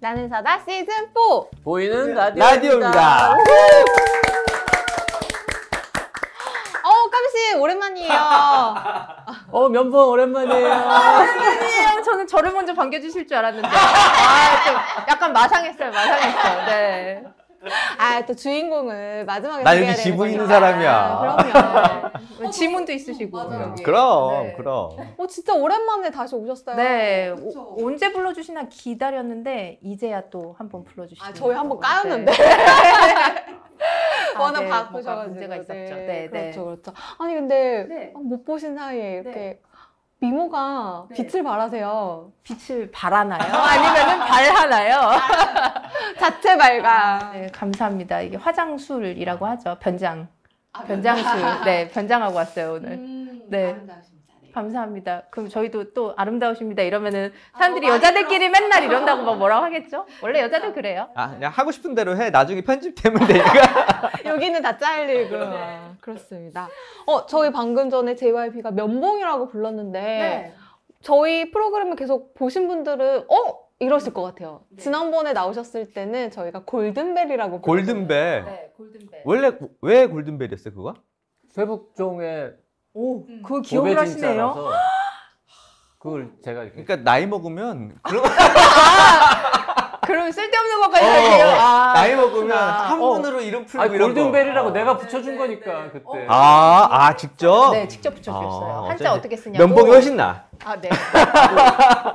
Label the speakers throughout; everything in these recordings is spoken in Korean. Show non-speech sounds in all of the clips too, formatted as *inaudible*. Speaker 1: 나는 사다 시즌 4
Speaker 2: 보이는
Speaker 3: 라디오입니다.
Speaker 2: 라디오입니다.
Speaker 1: 어우 깜씨 오랜만이에요
Speaker 2: 어 면봉 오랜만이에요.
Speaker 1: 아, 오랜만이에요 저는 저를 먼저 반겨주실 줄 알았는데 아좀 약간 마상했어요 마상했어요 네
Speaker 4: 아 또 주인공을 마지막에
Speaker 3: 나
Speaker 4: 소개해야
Speaker 3: 여기
Speaker 4: 되는
Speaker 3: 지분 있는
Speaker 4: 거니까.
Speaker 3: 사람이야.
Speaker 4: 그럼요.
Speaker 1: 아, 네. 지문도 있으시고
Speaker 4: 어, 맞아요.
Speaker 3: 그럼 *laughs*
Speaker 1: 네.
Speaker 3: 그럼
Speaker 4: 어 진짜 오랜만에 다시 오셨어요.
Speaker 1: 네 오- 언제 불러주시나 기다렸는데 이제야 또 한 번 불러주시고
Speaker 4: 아 저희 한번 까였는데
Speaker 1: 네.
Speaker 4: *laughs*
Speaker 1: 아,
Speaker 4: 워낙
Speaker 1: 네, 뭔가
Speaker 4: 바쁘셔가지고
Speaker 1: 문제가 있었죠
Speaker 4: 네,
Speaker 1: 네네
Speaker 4: 그렇죠 그렇죠. 아니 근데
Speaker 1: 네.
Speaker 4: 어, 못 보신 사이에 이렇게
Speaker 1: 네.
Speaker 4: 미모가
Speaker 1: 네.
Speaker 4: 빛을 발하세요. *laughs*
Speaker 1: 빛을 발하나요 아니면은 발하나요
Speaker 4: 자체 발가.
Speaker 1: 네, 감사합니다. 이게 화장술이라고 하죠. 변장. 변장술. 네, 아, 변장하고 왔어요, 오늘.
Speaker 4: 음,
Speaker 1: 네. 감사합니다. 그럼 저희도 또 아름다우십니다. 이러면은 사람들이 여자들끼리 맨날 이런다고 막 뭐라고 하겠죠? 원래 여자들 그래요.
Speaker 3: 아 그냥 하고 싶은 대로 해 나중에 편집되면 *laughs* 되니까
Speaker 4: 여기는 다
Speaker 1: 네.
Speaker 4: 잘리고. 그렇습니다. 어 저희 방금 전에 JYP가 면봉이라고 불렀는데
Speaker 1: 네.
Speaker 4: 네. 저희 프로그램을 계속 보신 분들은 어 이러실 것 같아요.
Speaker 1: 네.
Speaker 4: 지난번에 나오셨을 때는 저희가 골든벨이라고
Speaker 3: 골든벨
Speaker 1: 네, 골든벨.
Speaker 3: 원래 고- 왜 골든벨이었어 그거?
Speaker 2: 세북종의
Speaker 1: 오, 그거 기억을 하시네요.
Speaker 2: 고배진짜라서 그걸 제가 이렇게
Speaker 3: 그러니까 나이 먹으면 그런
Speaker 1: 그럼 쓸데없는 것까지
Speaker 3: 어,
Speaker 1: 하세요.
Speaker 3: 어.
Speaker 1: 아,
Speaker 3: 나이 먹으면 한
Speaker 2: 어.
Speaker 3: 분으로 이름 풀고
Speaker 2: 아
Speaker 3: 이런 거.
Speaker 2: 골든벨이라고
Speaker 3: 어.
Speaker 2: 내가 붙여준 거니까 그때.
Speaker 3: 아, 아 직접?
Speaker 1: 네, 직접 붙여주셨어요.
Speaker 3: 아,
Speaker 1: 한자
Speaker 3: 어쩐지.
Speaker 1: 어떻게 쓰냐고.
Speaker 3: 면봉이 훨씬 나.
Speaker 1: 아, 네.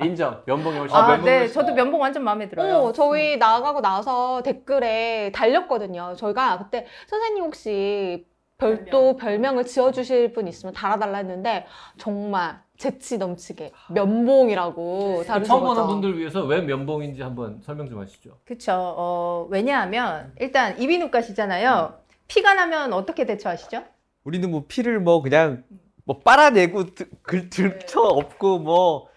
Speaker 2: 인정. 면봉이 훨씬.
Speaker 1: 아,
Speaker 3: 면봉이
Speaker 1: 네.
Speaker 3: 훨씬
Speaker 1: 저도 면봉 완전 마음에 들어요.
Speaker 4: 어, 저희 나가고 나서 댓글에 달렸거든요. 저희가 그때 선생님 혹시 별도 별명을 지어주실 분 있으면 달아달라 했는데 정말 재치 넘치게
Speaker 1: 아. 네.
Speaker 4: 면봉이라고 다루신
Speaker 2: 처음
Speaker 4: 거죠.
Speaker 2: 보는 분들 위해서 왜 면봉인지 한번 설명 좀 하시죠.
Speaker 1: 그쵸. 어,
Speaker 3: 음.
Speaker 1: 왜냐하면 일단 이비인후과시잖아요. 피가 나면 어떻게 대처하시죠?
Speaker 3: 우리는 뭐 피를 뭐 그냥 뭐 빨아내고 드- 글 들쳐 엎고 뭐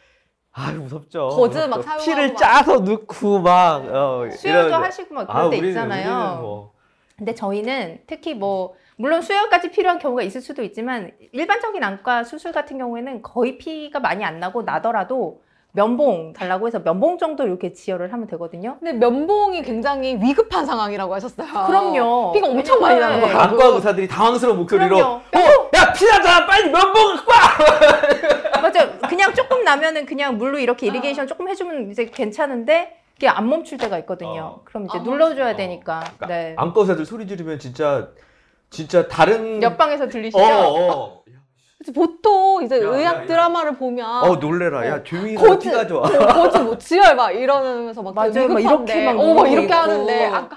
Speaker 3: 아유 무섭죠.
Speaker 4: 거즈 막
Speaker 3: 무섭죠.
Speaker 4: 사용하고
Speaker 3: 피를
Speaker 4: 막.
Speaker 3: 짜서 넣고 막 어,
Speaker 1: 수혈도
Speaker 3: 이런-
Speaker 1: 하시고 막
Speaker 3: 아,
Speaker 1: 그럴 때
Speaker 3: 우리는-
Speaker 1: 있잖아요.
Speaker 3: 우리는 뭐.
Speaker 1: 근데 저희는 특히 뭐 물론 수혈까지 필요한 경우가 있을 수도 있지만 일반적인 안과 수술 같은 경우에는 거의 피가 많이 안 나고 나더라도 면봉 달라고 해서 면봉 정도 이렇게 지혈을 하면 되거든요.
Speaker 4: 근데 면봉이 굉장히 위급한 상황이라고 하셨어요.
Speaker 1: 그럼요.
Speaker 4: 피가 엄청 많이 나는
Speaker 1: 네.
Speaker 3: 뭐
Speaker 4: 거예요.
Speaker 3: 안과 의사들이 당황스러운 목소리로
Speaker 1: 그럼요.
Speaker 3: 어, 야 피나다 빨리 면봉 갖고 와.
Speaker 1: 맞아. 그냥 조금 나면은 그냥 물로 이렇게 이리게이션 조금 해주면 이제 괜찮은데 이게 안 멈출 때가 있거든요.
Speaker 3: 어.
Speaker 1: 그럼 이제
Speaker 4: 안
Speaker 1: 눌러줘야
Speaker 3: 멈출-
Speaker 1: 되니까.
Speaker 3: 그러니까
Speaker 1: 네.
Speaker 3: 안과 의사들 소리 지르면 진짜 진짜 다른
Speaker 1: 옆방에서
Speaker 3: 어,
Speaker 1: 들리시죠?
Speaker 3: 어.
Speaker 4: 그래서 보통 이제
Speaker 2: 야,
Speaker 4: 의학
Speaker 2: 야, 야.
Speaker 4: 드라마를 보면
Speaker 3: 어 놀래라. 야 조용히 해.
Speaker 4: 거즈.
Speaker 3: 피가 좋아.
Speaker 4: 거지 뭐 지혈 막 이러면서 막
Speaker 1: 맞아요. 막
Speaker 4: 위급한데
Speaker 1: 이렇게 막
Speaker 4: 어, 막
Speaker 1: 누르고
Speaker 4: 이렇게
Speaker 1: 있고.
Speaker 4: 하는데 아까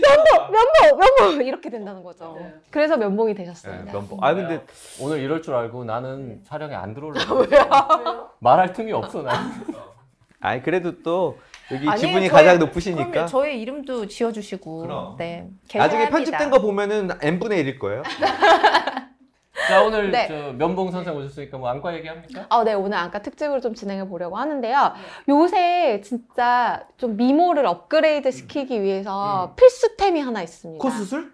Speaker 4: 면봉 면봉 면봉 *laughs* 이렇게 된다는 거죠.
Speaker 1: 네.
Speaker 4: 그래서 면봉이
Speaker 2: 네,
Speaker 4: 되셨습니다.
Speaker 3: 면봉. 아 근데
Speaker 2: 오늘 이럴 줄 알고 나는 촬영에 안 들어올라. 말할 틈이 없어 나.
Speaker 3: 아이 그래도 또 여기
Speaker 1: 아니,
Speaker 3: 지분이
Speaker 1: 저희-
Speaker 3: 가장
Speaker 1: 그럼요.
Speaker 3: 높으시니까
Speaker 1: 저의 이름도 지어주시고.
Speaker 3: 그럼.
Speaker 1: 네.
Speaker 3: 나중에
Speaker 1: 계산합니다.
Speaker 3: 편집된 거 보면은 n 분의 1일 거예요.
Speaker 2: 자 오늘
Speaker 4: 네.
Speaker 2: 저 면봉 선생 오셨으니까 뭐 안과 얘기합니까?
Speaker 4: 아, 네, 오늘 안과 특집으로 좀 진행해 보려고 하는데요. 요새 진짜 좀 미모를 업그레이드 시키기
Speaker 2: 음,
Speaker 4: 위해서 필수템이 하나 있습니다.
Speaker 3: 코 수술?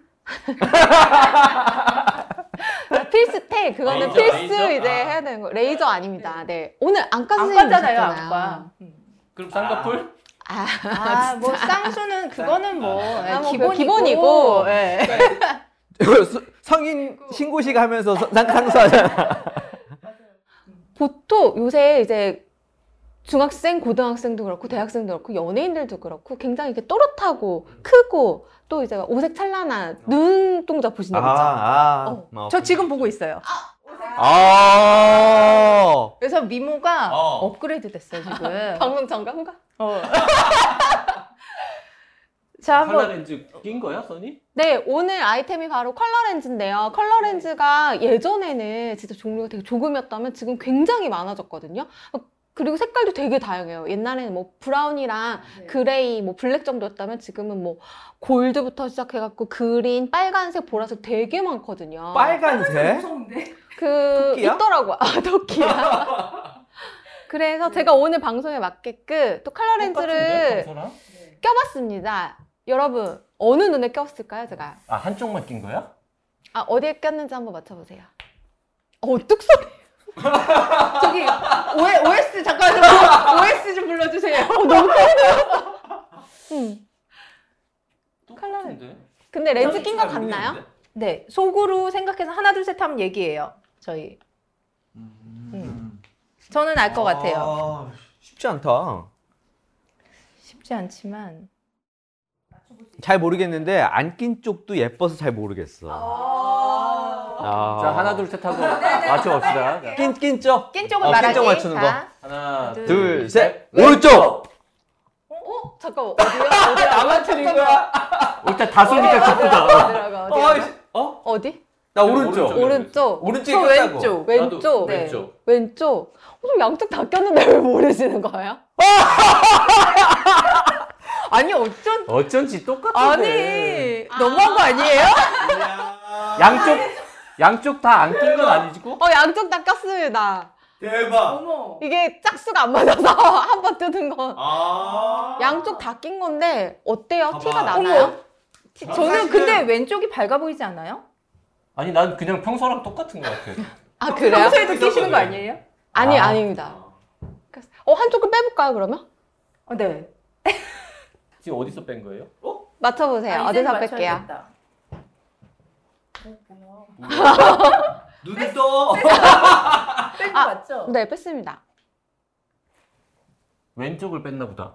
Speaker 4: 아, 필수템, 그거는
Speaker 2: 레이저,
Speaker 4: 필수
Speaker 2: 레이저?
Speaker 4: 이제
Speaker 2: 아.
Speaker 4: 해야 되는 거. 레이저 아닙니다. 네. 오늘 안과 선생님
Speaker 1: 안과잖아요,
Speaker 4: 오셨잖아요.
Speaker 1: 안과.
Speaker 2: 그럼 쌍꺼풀?
Speaker 1: 아, 뭐 쌍수는 그거는 뭐 예,
Speaker 4: 아, 뭐
Speaker 1: 기본이고.
Speaker 4: 기본이고.
Speaker 1: 예.
Speaker 3: 수- 성인 신고식 하면서 서- 상- 상수하잖아.
Speaker 4: 보통 요새 이제 중학생, 고등학생도 그렇고 대학생도 그렇고 연예인들도 그렇고 굉장히 이렇게 또렷하고 크고 또 이제 오색 찬란한 눈동자 보시는 거 있죠.
Speaker 3: 어. 아,
Speaker 4: 어.
Speaker 3: 뭐.
Speaker 1: 저 지금 보고 있어요.
Speaker 3: 아.
Speaker 1: 그래서 미모가
Speaker 3: 어.
Speaker 1: 업그레이드 됐어요,
Speaker 3: *laughs*
Speaker 1: 지금.
Speaker 4: 방금 전감가?
Speaker 1: 어. 자,
Speaker 2: 칼라
Speaker 1: 한번
Speaker 2: 렌즈 낀 거야, 써니?
Speaker 4: 네, 오늘 아이템이 바로 컬러 렌즈인데요. 컬러 렌즈가 예전에는 진짜 종류가 되게 조금이었다면 지금 굉장히 많아졌거든요. 그리고 색깔도 되게 다양해요. 옛날에는 뭐 브라운이랑 그레이, 뭐 블랙 정도였다면 지금은 뭐 골드부터 시작해갖고 그린, 빨간색, 보라색 되게 많거든요.
Speaker 3: 빨간색?
Speaker 5: 무서운데.
Speaker 4: 그
Speaker 3: 토끼야?
Speaker 4: 있더라고요. 아, 토끼야.
Speaker 3: *laughs*
Speaker 4: 그래서
Speaker 3: 네.
Speaker 4: 제가 오늘 방송에 맞게끔 또 컬러 렌즈를
Speaker 2: 평소랑?
Speaker 4: 껴봤습니다. 여러분 어느 눈에 꼈을까요, 제가?
Speaker 2: 아 한쪽만 낀 거야?
Speaker 4: 아 어디에 꼈는지 한번 맞춰보세요. 어, 뚝소리.
Speaker 1: 저기 O- OS 잠깐
Speaker 3: *laughs*
Speaker 1: OS 좀 불러주세요.
Speaker 4: 어, 음.
Speaker 2: 똑같은데?
Speaker 4: 근데 렌즈 낀 거 같나요?
Speaker 1: 네, 속으로 생각해서 하나 둘 셋 하면 얘기해요. 저희
Speaker 2: 음.
Speaker 1: 저는 알 것 같아요.
Speaker 3: 아, 쉽지 않다.
Speaker 1: 쉽지 않지만
Speaker 3: 잘 모르겠는데 안 낀 쪽도 예뻐서 잘 모르겠어.
Speaker 5: 아.
Speaker 3: 아.
Speaker 2: 자 하나 둘 셋 하고 맞춰봅시다. 자,
Speaker 3: 낀, 낀 쪽.
Speaker 1: 낀 쪽을
Speaker 3: 어, 낀
Speaker 1: 말하지.
Speaker 3: 쪽 맞추는 거. 아,
Speaker 1: 자,
Speaker 2: 하나
Speaker 1: 둘,
Speaker 3: 둘, 셋. 오른쪽.
Speaker 4: 어? 잠깐만
Speaker 3: *laughs*
Speaker 4: 어디야?
Speaker 3: 아, 나만 틀린 *laughs* 거야?
Speaker 2: 일단 다 쏘니까 기쁘다.
Speaker 3: 그러니까
Speaker 4: 어디라가
Speaker 3: 어,
Speaker 4: 어디?
Speaker 3: 아이씨. 어?
Speaker 4: 어디?
Speaker 3: 나 오른쪽.
Speaker 2: 오른쪽.
Speaker 4: 오른쪽.
Speaker 3: 오른쪽이
Speaker 4: 저
Speaker 3: 꼈다고.
Speaker 4: 왼쪽.
Speaker 2: 나도
Speaker 4: 왼쪽. 네.
Speaker 2: 왼쪽.
Speaker 4: 왼쪽. 어, 좀 양쪽 다 꼈는데 *laughs* 왜 모르시는 거예요?
Speaker 1: 아니 어쩐
Speaker 2: 어쩐지
Speaker 3: 아, 네.
Speaker 2: 똑같은데.
Speaker 4: 네.
Speaker 1: 아니
Speaker 4: 어,
Speaker 1: 너무한 거
Speaker 3: *laughs*
Speaker 1: 아니에요?
Speaker 2: 양쪽 양쪽 다 안 낀 건 아니고?
Speaker 4: 어 양쪽 다 꼈습니다.
Speaker 3: 대박.
Speaker 5: 어머.
Speaker 4: 이게 짝수가 안 맞아서 *laughs* 한 번 뜯은 건
Speaker 3: 아.
Speaker 4: 양쪽 다 낀 건데 어때요?
Speaker 2: 봐봐.
Speaker 4: 티가 나나요?
Speaker 1: 티- 저는 근데 왼쪽이 밝아 보이지 않아요?
Speaker 2: 아니 난 그냥 평소랑 똑같은 것 같아.
Speaker 4: 아 그래요?
Speaker 1: 평소에도 끼시는 거 아니에요?
Speaker 4: 아니
Speaker 2: 아.
Speaker 4: 아닙니다. 어 한쪽을 빼볼까요 그러면?
Speaker 1: 어, 네.
Speaker 2: 지금 어디서 뺀 거예요?
Speaker 4: 맞춰보세요.
Speaker 1: 아, 이제는
Speaker 4: 어디서 뺄게요?
Speaker 1: 맞춰야겠다.
Speaker 3: 눈이 떠.
Speaker 5: 뺀거
Speaker 4: 아.
Speaker 5: 맞죠?
Speaker 4: 네 뺐습니다.
Speaker 2: 왼쪽을 뺐나 보다.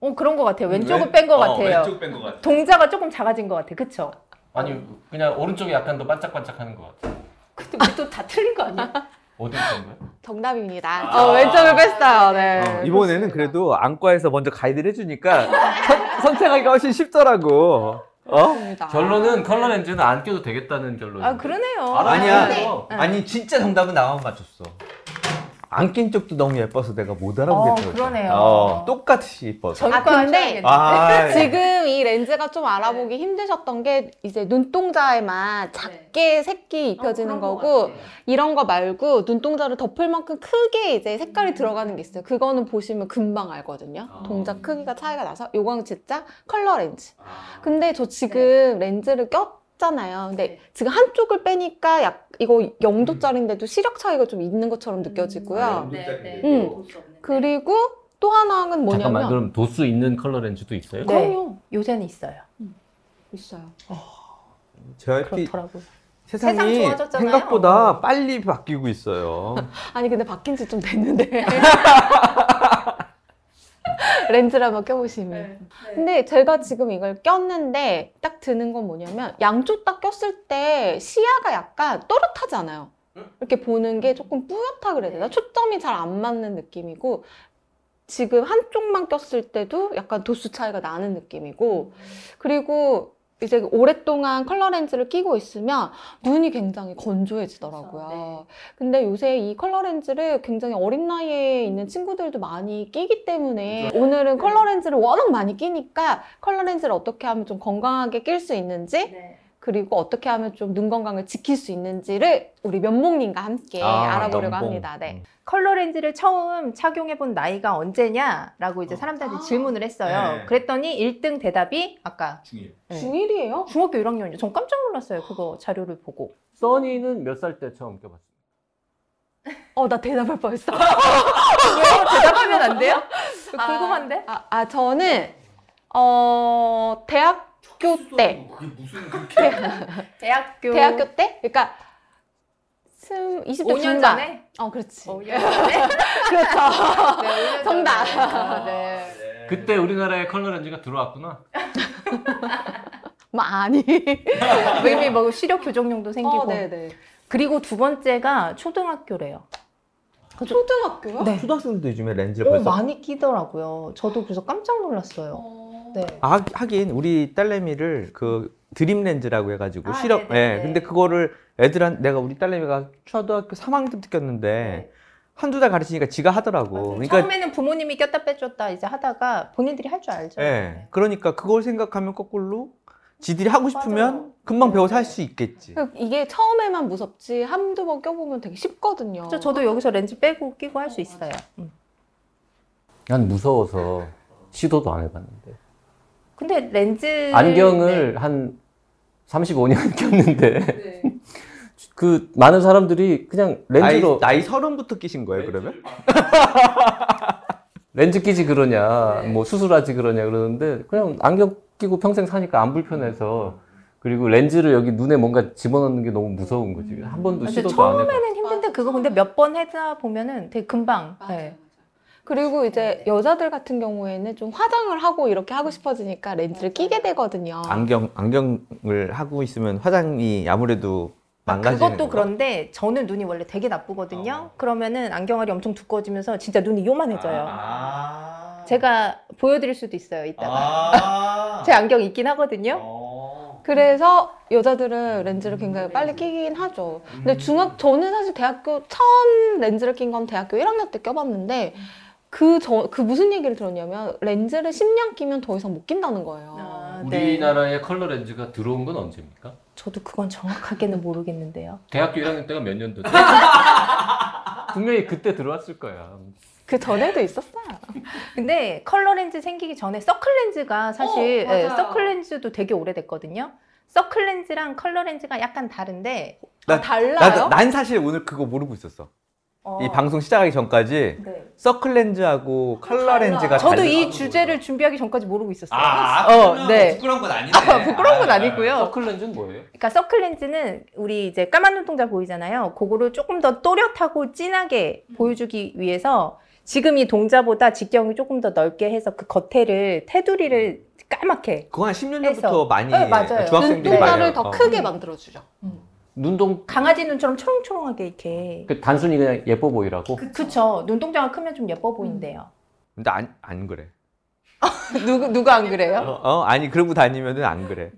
Speaker 1: 어 그런 것 같아요. *laughs*
Speaker 3: 네.
Speaker 1: 어, 왼쪽을 뺀
Speaker 3: 어,
Speaker 1: 것 같아요.
Speaker 2: 뺀것 같아.
Speaker 1: 동자가 조금 작아진 것 같아. 그쵸?
Speaker 2: 아니 그냥 오른쪽이 약간 더 반짝반짝하는 것 같아.
Speaker 1: 근데 우리 또 다 틀린 거 아니야?
Speaker 2: 어디를 뺀 거야?
Speaker 4: 정답입니다. 어 왼쪽을 뺐어요. 네.
Speaker 3: 아, 이번에는 그래도 안과에서 먼저 가이드를 해주니까 선, 선택하기가 훨씬 쉽더라고. 어?
Speaker 4: 그렇습니다.
Speaker 2: 결론은 컬러 렌즈는 안 껴도 되겠다는 결론.
Speaker 1: 아 어. 그러네요.
Speaker 2: 알아.
Speaker 3: 아니야.
Speaker 2: 네.
Speaker 3: 아니 진짜 정답은 나만 맞췄어. 안 낀 쪽도 너무 예뻐서 내가 못 알아보겠더라고.
Speaker 1: 어, 그러네요.
Speaker 3: 어, 똑같이 예뻐서.
Speaker 1: 전과
Speaker 4: 아, 근데
Speaker 1: 하셔야겠네.
Speaker 3: 아,
Speaker 4: 지금 이 렌즈가 좀 알아보기 힘드셨던 게 이제
Speaker 1: 네.
Speaker 4: 눈동자에만 작게 색이 입혀지는
Speaker 5: 어, 그런 것
Speaker 4: 거고
Speaker 5: 같아.
Speaker 4: 이런 거 말고 눈동자를 덮을 만큼 크게 이제 색깔이 들어가는 게 있어요. 그거는 보시면 금방 알거든요.
Speaker 2: 아.
Speaker 4: 동작 크기가 차이가 나서 요건 진짜 컬러 렌즈. 근데 저 지금 렌즈를 꼈잖아요. 근데
Speaker 5: 네.
Speaker 4: 지금 한쪽을 빼니까 약 이거 0도짜리인데도 시력 차이가 좀 있는 것처럼 느껴지고요.
Speaker 5: 네, 네, 네.
Speaker 4: 음.
Speaker 5: 볼수 없는데.
Speaker 4: 그리고 또 하나는 뭐냐면
Speaker 2: 잠깐만 그럼 도수 있는 컬러 렌즈도 있어요?
Speaker 1: 네.
Speaker 4: 그럼요.
Speaker 1: 요새는 있어요.
Speaker 4: 있어요.
Speaker 3: 저희
Speaker 1: 그렇더라고요.
Speaker 3: 세상이
Speaker 1: 세상 좋아졌잖아요. 어.
Speaker 3: 생각보다 빨리 바뀌고 있어요.
Speaker 4: 아니 근데 바뀐 지 좀 됐는데 *laughs* 렌즈를 한번 껴보시면
Speaker 5: 네. 네.
Speaker 4: 근데 제가 지금 이걸 꼈는데 딱 드는 건 뭐냐면 양쪽 다 꼈을 때 시야가 약간 또렷하지 않아요 이렇게 보는 게 조금 뿌옇다 그래야 되나? 초점이 잘 안 맞는 느낌이고 지금 한쪽만 꼈을 때도 약간 도수 차이가 나는 느낌이고 그리고 이제 오랫동안 컬러 렌즈를 끼고 있으면 눈이 굉장히 건조해지더라고요.
Speaker 5: 그렇죠.
Speaker 4: 근데 요새 이 컬러 렌즈를 굉장히 어린 나이에 있는 친구들도 많이 끼기 때문에 오늘은 컬러 렌즈를 워낙 많이 끼니까 컬러 렌즈를 어떻게 하면 좀 건강하게 낄 수 있는지
Speaker 5: 네.
Speaker 4: 그리고 어떻게 하면 좀 눈 건강을 지킬 수 있는지를 우리 면봉님과 함께
Speaker 3: 아,
Speaker 4: 알아보려고
Speaker 3: 면봉.
Speaker 4: 합니다. 네.
Speaker 1: 컬러 렌즈를 처음 착용해 본 나이가 언제냐라고 이제
Speaker 2: 어.
Speaker 1: 사람들한테
Speaker 4: 아.
Speaker 1: 질문을 했어요.
Speaker 3: 네.
Speaker 1: 그랬더니 1등 대답이 아까 네.
Speaker 4: 중1이에요?
Speaker 1: 중학교 1학년이요. 전 깜짝 놀랐어요. 그거 자료를 보고.
Speaker 2: 써니는 몇 살 때 처음 껴봤어요?
Speaker 4: 어, 나 대답할 *laughs* 뻔했어.
Speaker 1: 대답하면 안 돼요? 궁금한데?
Speaker 4: 아, 아, 저는 어, 대학교 때.
Speaker 1: 대학교
Speaker 4: 대학교 때? 그러니까 스무- 20대
Speaker 1: 5년
Speaker 4: 중반.
Speaker 1: 전에?
Speaker 4: 어, 그렇지.
Speaker 1: 5년 *laughs* 전에?
Speaker 4: 그렇죠. *laughs*
Speaker 1: 네, 5년 전에. *laughs*
Speaker 4: 정답.
Speaker 1: 어, 네.
Speaker 2: 그때 우리나라에 컬러 렌즈가 들어왔구나.
Speaker 4: 많이.
Speaker 1: 이미 뭐 시력 교정용도 생기고.
Speaker 4: 어, 네, 네.
Speaker 1: 그리고 두 번째가 초등학교래요.
Speaker 4: 초등학교요?
Speaker 1: 네.
Speaker 3: 초등학생도 요즘에 렌즈를
Speaker 1: 어,
Speaker 3: 벌써
Speaker 1: 많이 끼더라고요. 저도 그래서 깜짝 놀랐어요.
Speaker 4: 어.
Speaker 1: 네.
Speaker 3: 아, 하긴 우리 딸내미를 그 드림 렌즈라고 해가지고
Speaker 5: 아,
Speaker 3: 시력.
Speaker 5: 네네네.
Speaker 1: 네.
Speaker 3: 예. 근데 그거를 애들한 내가 우리 딸내미가 초등학교 3학년 때부터 꼈는데 한두 달 가르치니까 지가 하더라고. 그러니까
Speaker 1: 처음에는 부모님이 꼈다 빼줬다 이제 하다가 본인들이 할 줄 알죠. 네.
Speaker 3: 예. 그러니까 그걸 생각하면 거꾸로 지들이 하고 싶으면 금방
Speaker 1: 네.
Speaker 3: 배워서 할 수 있겠지.
Speaker 4: 그러니까 이게 처음에만 무섭지 한두 번 껴보면 되게 쉽거든요.
Speaker 1: 저, 저도 여기서 렌즈 빼고 끼고 할 수 있어요. 음.
Speaker 2: 난 무서워서 시도도 안 해봤는데.
Speaker 1: 근데
Speaker 4: 네,
Speaker 1: 렌즈
Speaker 2: 안경을 한 35년 *laughs* 꼈는데
Speaker 5: 네.
Speaker 2: 그 많은 사람들이 그냥 렌즈로
Speaker 3: 나이, 나이 서른부터 끼신 거예요, 그러면?
Speaker 2: 렌즈 끼지 그러냐,
Speaker 5: 네.
Speaker 2: 뭐 수술하지 그러냐 그러는데 그냥 안경 끼고 평생 사니까 안 불편해서 그리고 렌즈를 여기 눈에 뭔가 집어넣는 게 너무 무서운 거지. 한 번도
Speaker 1: 음. 근데
Speaker 2: 시도도 안 해봤어.
Speaker 1: 네. 처음에는 힘든데 그거 근데 몇 번 하다 보면은 되게 금방. 예.
Speaker 4: 그리고 이제
Speaker 1: 네.
Speaker 4: 여자들 같은 경우에는 좀 화장을 하고 이렇게 하고 싶어지니까 렌즈를 끼게 되거든요.
Speaker 1: 아.
Speaker 3: 안경 안경을 하고 있으면 화장이 아무래도 망가지는
Speaker 1: 그것도 그런데 저는 눈이 원래 되게 나쁘거든요. 그러면은 안경알이 엄청 두꺼워지면서 진짜 눈이 요만해져요.
Speaker 3: 아.
Speaker 1: 제가 보여드릴 수도 있어요 이따가.
Speaker 3: 아.
Speaker 1: 제 안경 있긴 하거든요.
Speaker 3: 어.
Speaker 4: 그래서 여자들은 렌즈를 굉장히
Speaker 1: 네.
Speaker 4: 빨리 끼긴 하죠.
Speaker 3: 음.
Speaker 4: 근데 중학 저는 사실 대학교 처음 렌즈를 낀 건 대학교 1학년 때 껴봤는데
Speaker 1: 음.
Speaker 4: 그 저 그 무슨 얘기를 들었냐면 렌즈를 10년 끼면 더 이상 못 낀다는 거예요.
Speaker 1: 아,
Speaker 2: 우리나라에 컬러 렌즈가 들어온 건 언제입니까?
Speaker 1: 저도 그건 정확하게는 모르겠는데요.
Speaker 2: 대학교 1학년 때가 몇 년도? *laughs* 분명히 그때 들어왔을 거야.
Speaker 4: 그 전에도 있었어요.
Speaker 1: 근데 컬러 렌즈 생기기 전에 서클 렌즈가 사실
Speaker 5: 어, 맞아요.
Speaker 1: 예, 서클 렌즈도 되게 오래됐거든요. 서클 렌즈랑 컬러 렌즈가 약간 다른데
Speaker 3: 나-
Speaker 4: 아, 달라요?
Speaker 3: 나도- 난 사실 오늘 그거 모르고 있었어.
Speaker 1: 어,
Speaker 3: 이 방송 시작하기 전까지
Speaker 1: 네.
Speaker 3: 서클 렌즈하고 컬러
Speaker 5: 달라.
Speaker 3: 렌즈가
Speaker 1: 저도
Speaker 3: 달라.
Speaker 1: 이 주제를 준비하기 전까지 모르고 있었어요.
Speaker 3: 아, 그러면
Speaker 1: 어, 네.
Speaker 3: 부끄러운 건
Speaker 1: *laughs*
Speaker 3: 아니네.
Speaker 1: 부끄러운 건 아니고요.
Speaker 2: 서클 렌즈는 뭐예요?
Speaker 1: 그러니까 서클 렌즈는 우리 이제 까만 눈동자 보이잖아요. 그거를 조금 더 또렷하고 진하게 보여주기 위해서 지금 이 동자보다 직경이 조금 더 넓게 해서 그 겉에를 테두리를 까맣게
Speaker 3: 그거 한 10년 전부터
Speaker 1: 해서.
Speaker 3: 많이
Speaker 1: 네, 맞아요.
Speaker 3: 중학생들이 많이
Speaker 4: 눈동자를
Speaker 3: 해요.
Speaker 4: 더
Speaker 3: 어.
Speaker 4: 크게
Speaker 1: 음.
Speaker 4: 만들어주죠.
Speaker 2: 눈동
Speaker 1: 강아지 눈처럼 초롱초롱하게 이렇게.
Speaker 2: 그 단순히 그냥 예뻐 보이라고.
Speaker 1: 그쵸. 눈동자가 크면 좀 예뻐 보인대요.
Speaker 3: 근데 안, 안 그래.
Speaker 1: 누구 누가 안 그래요?
Speaker 3: 어 네. 아니 그러고 다니면은 안 그래.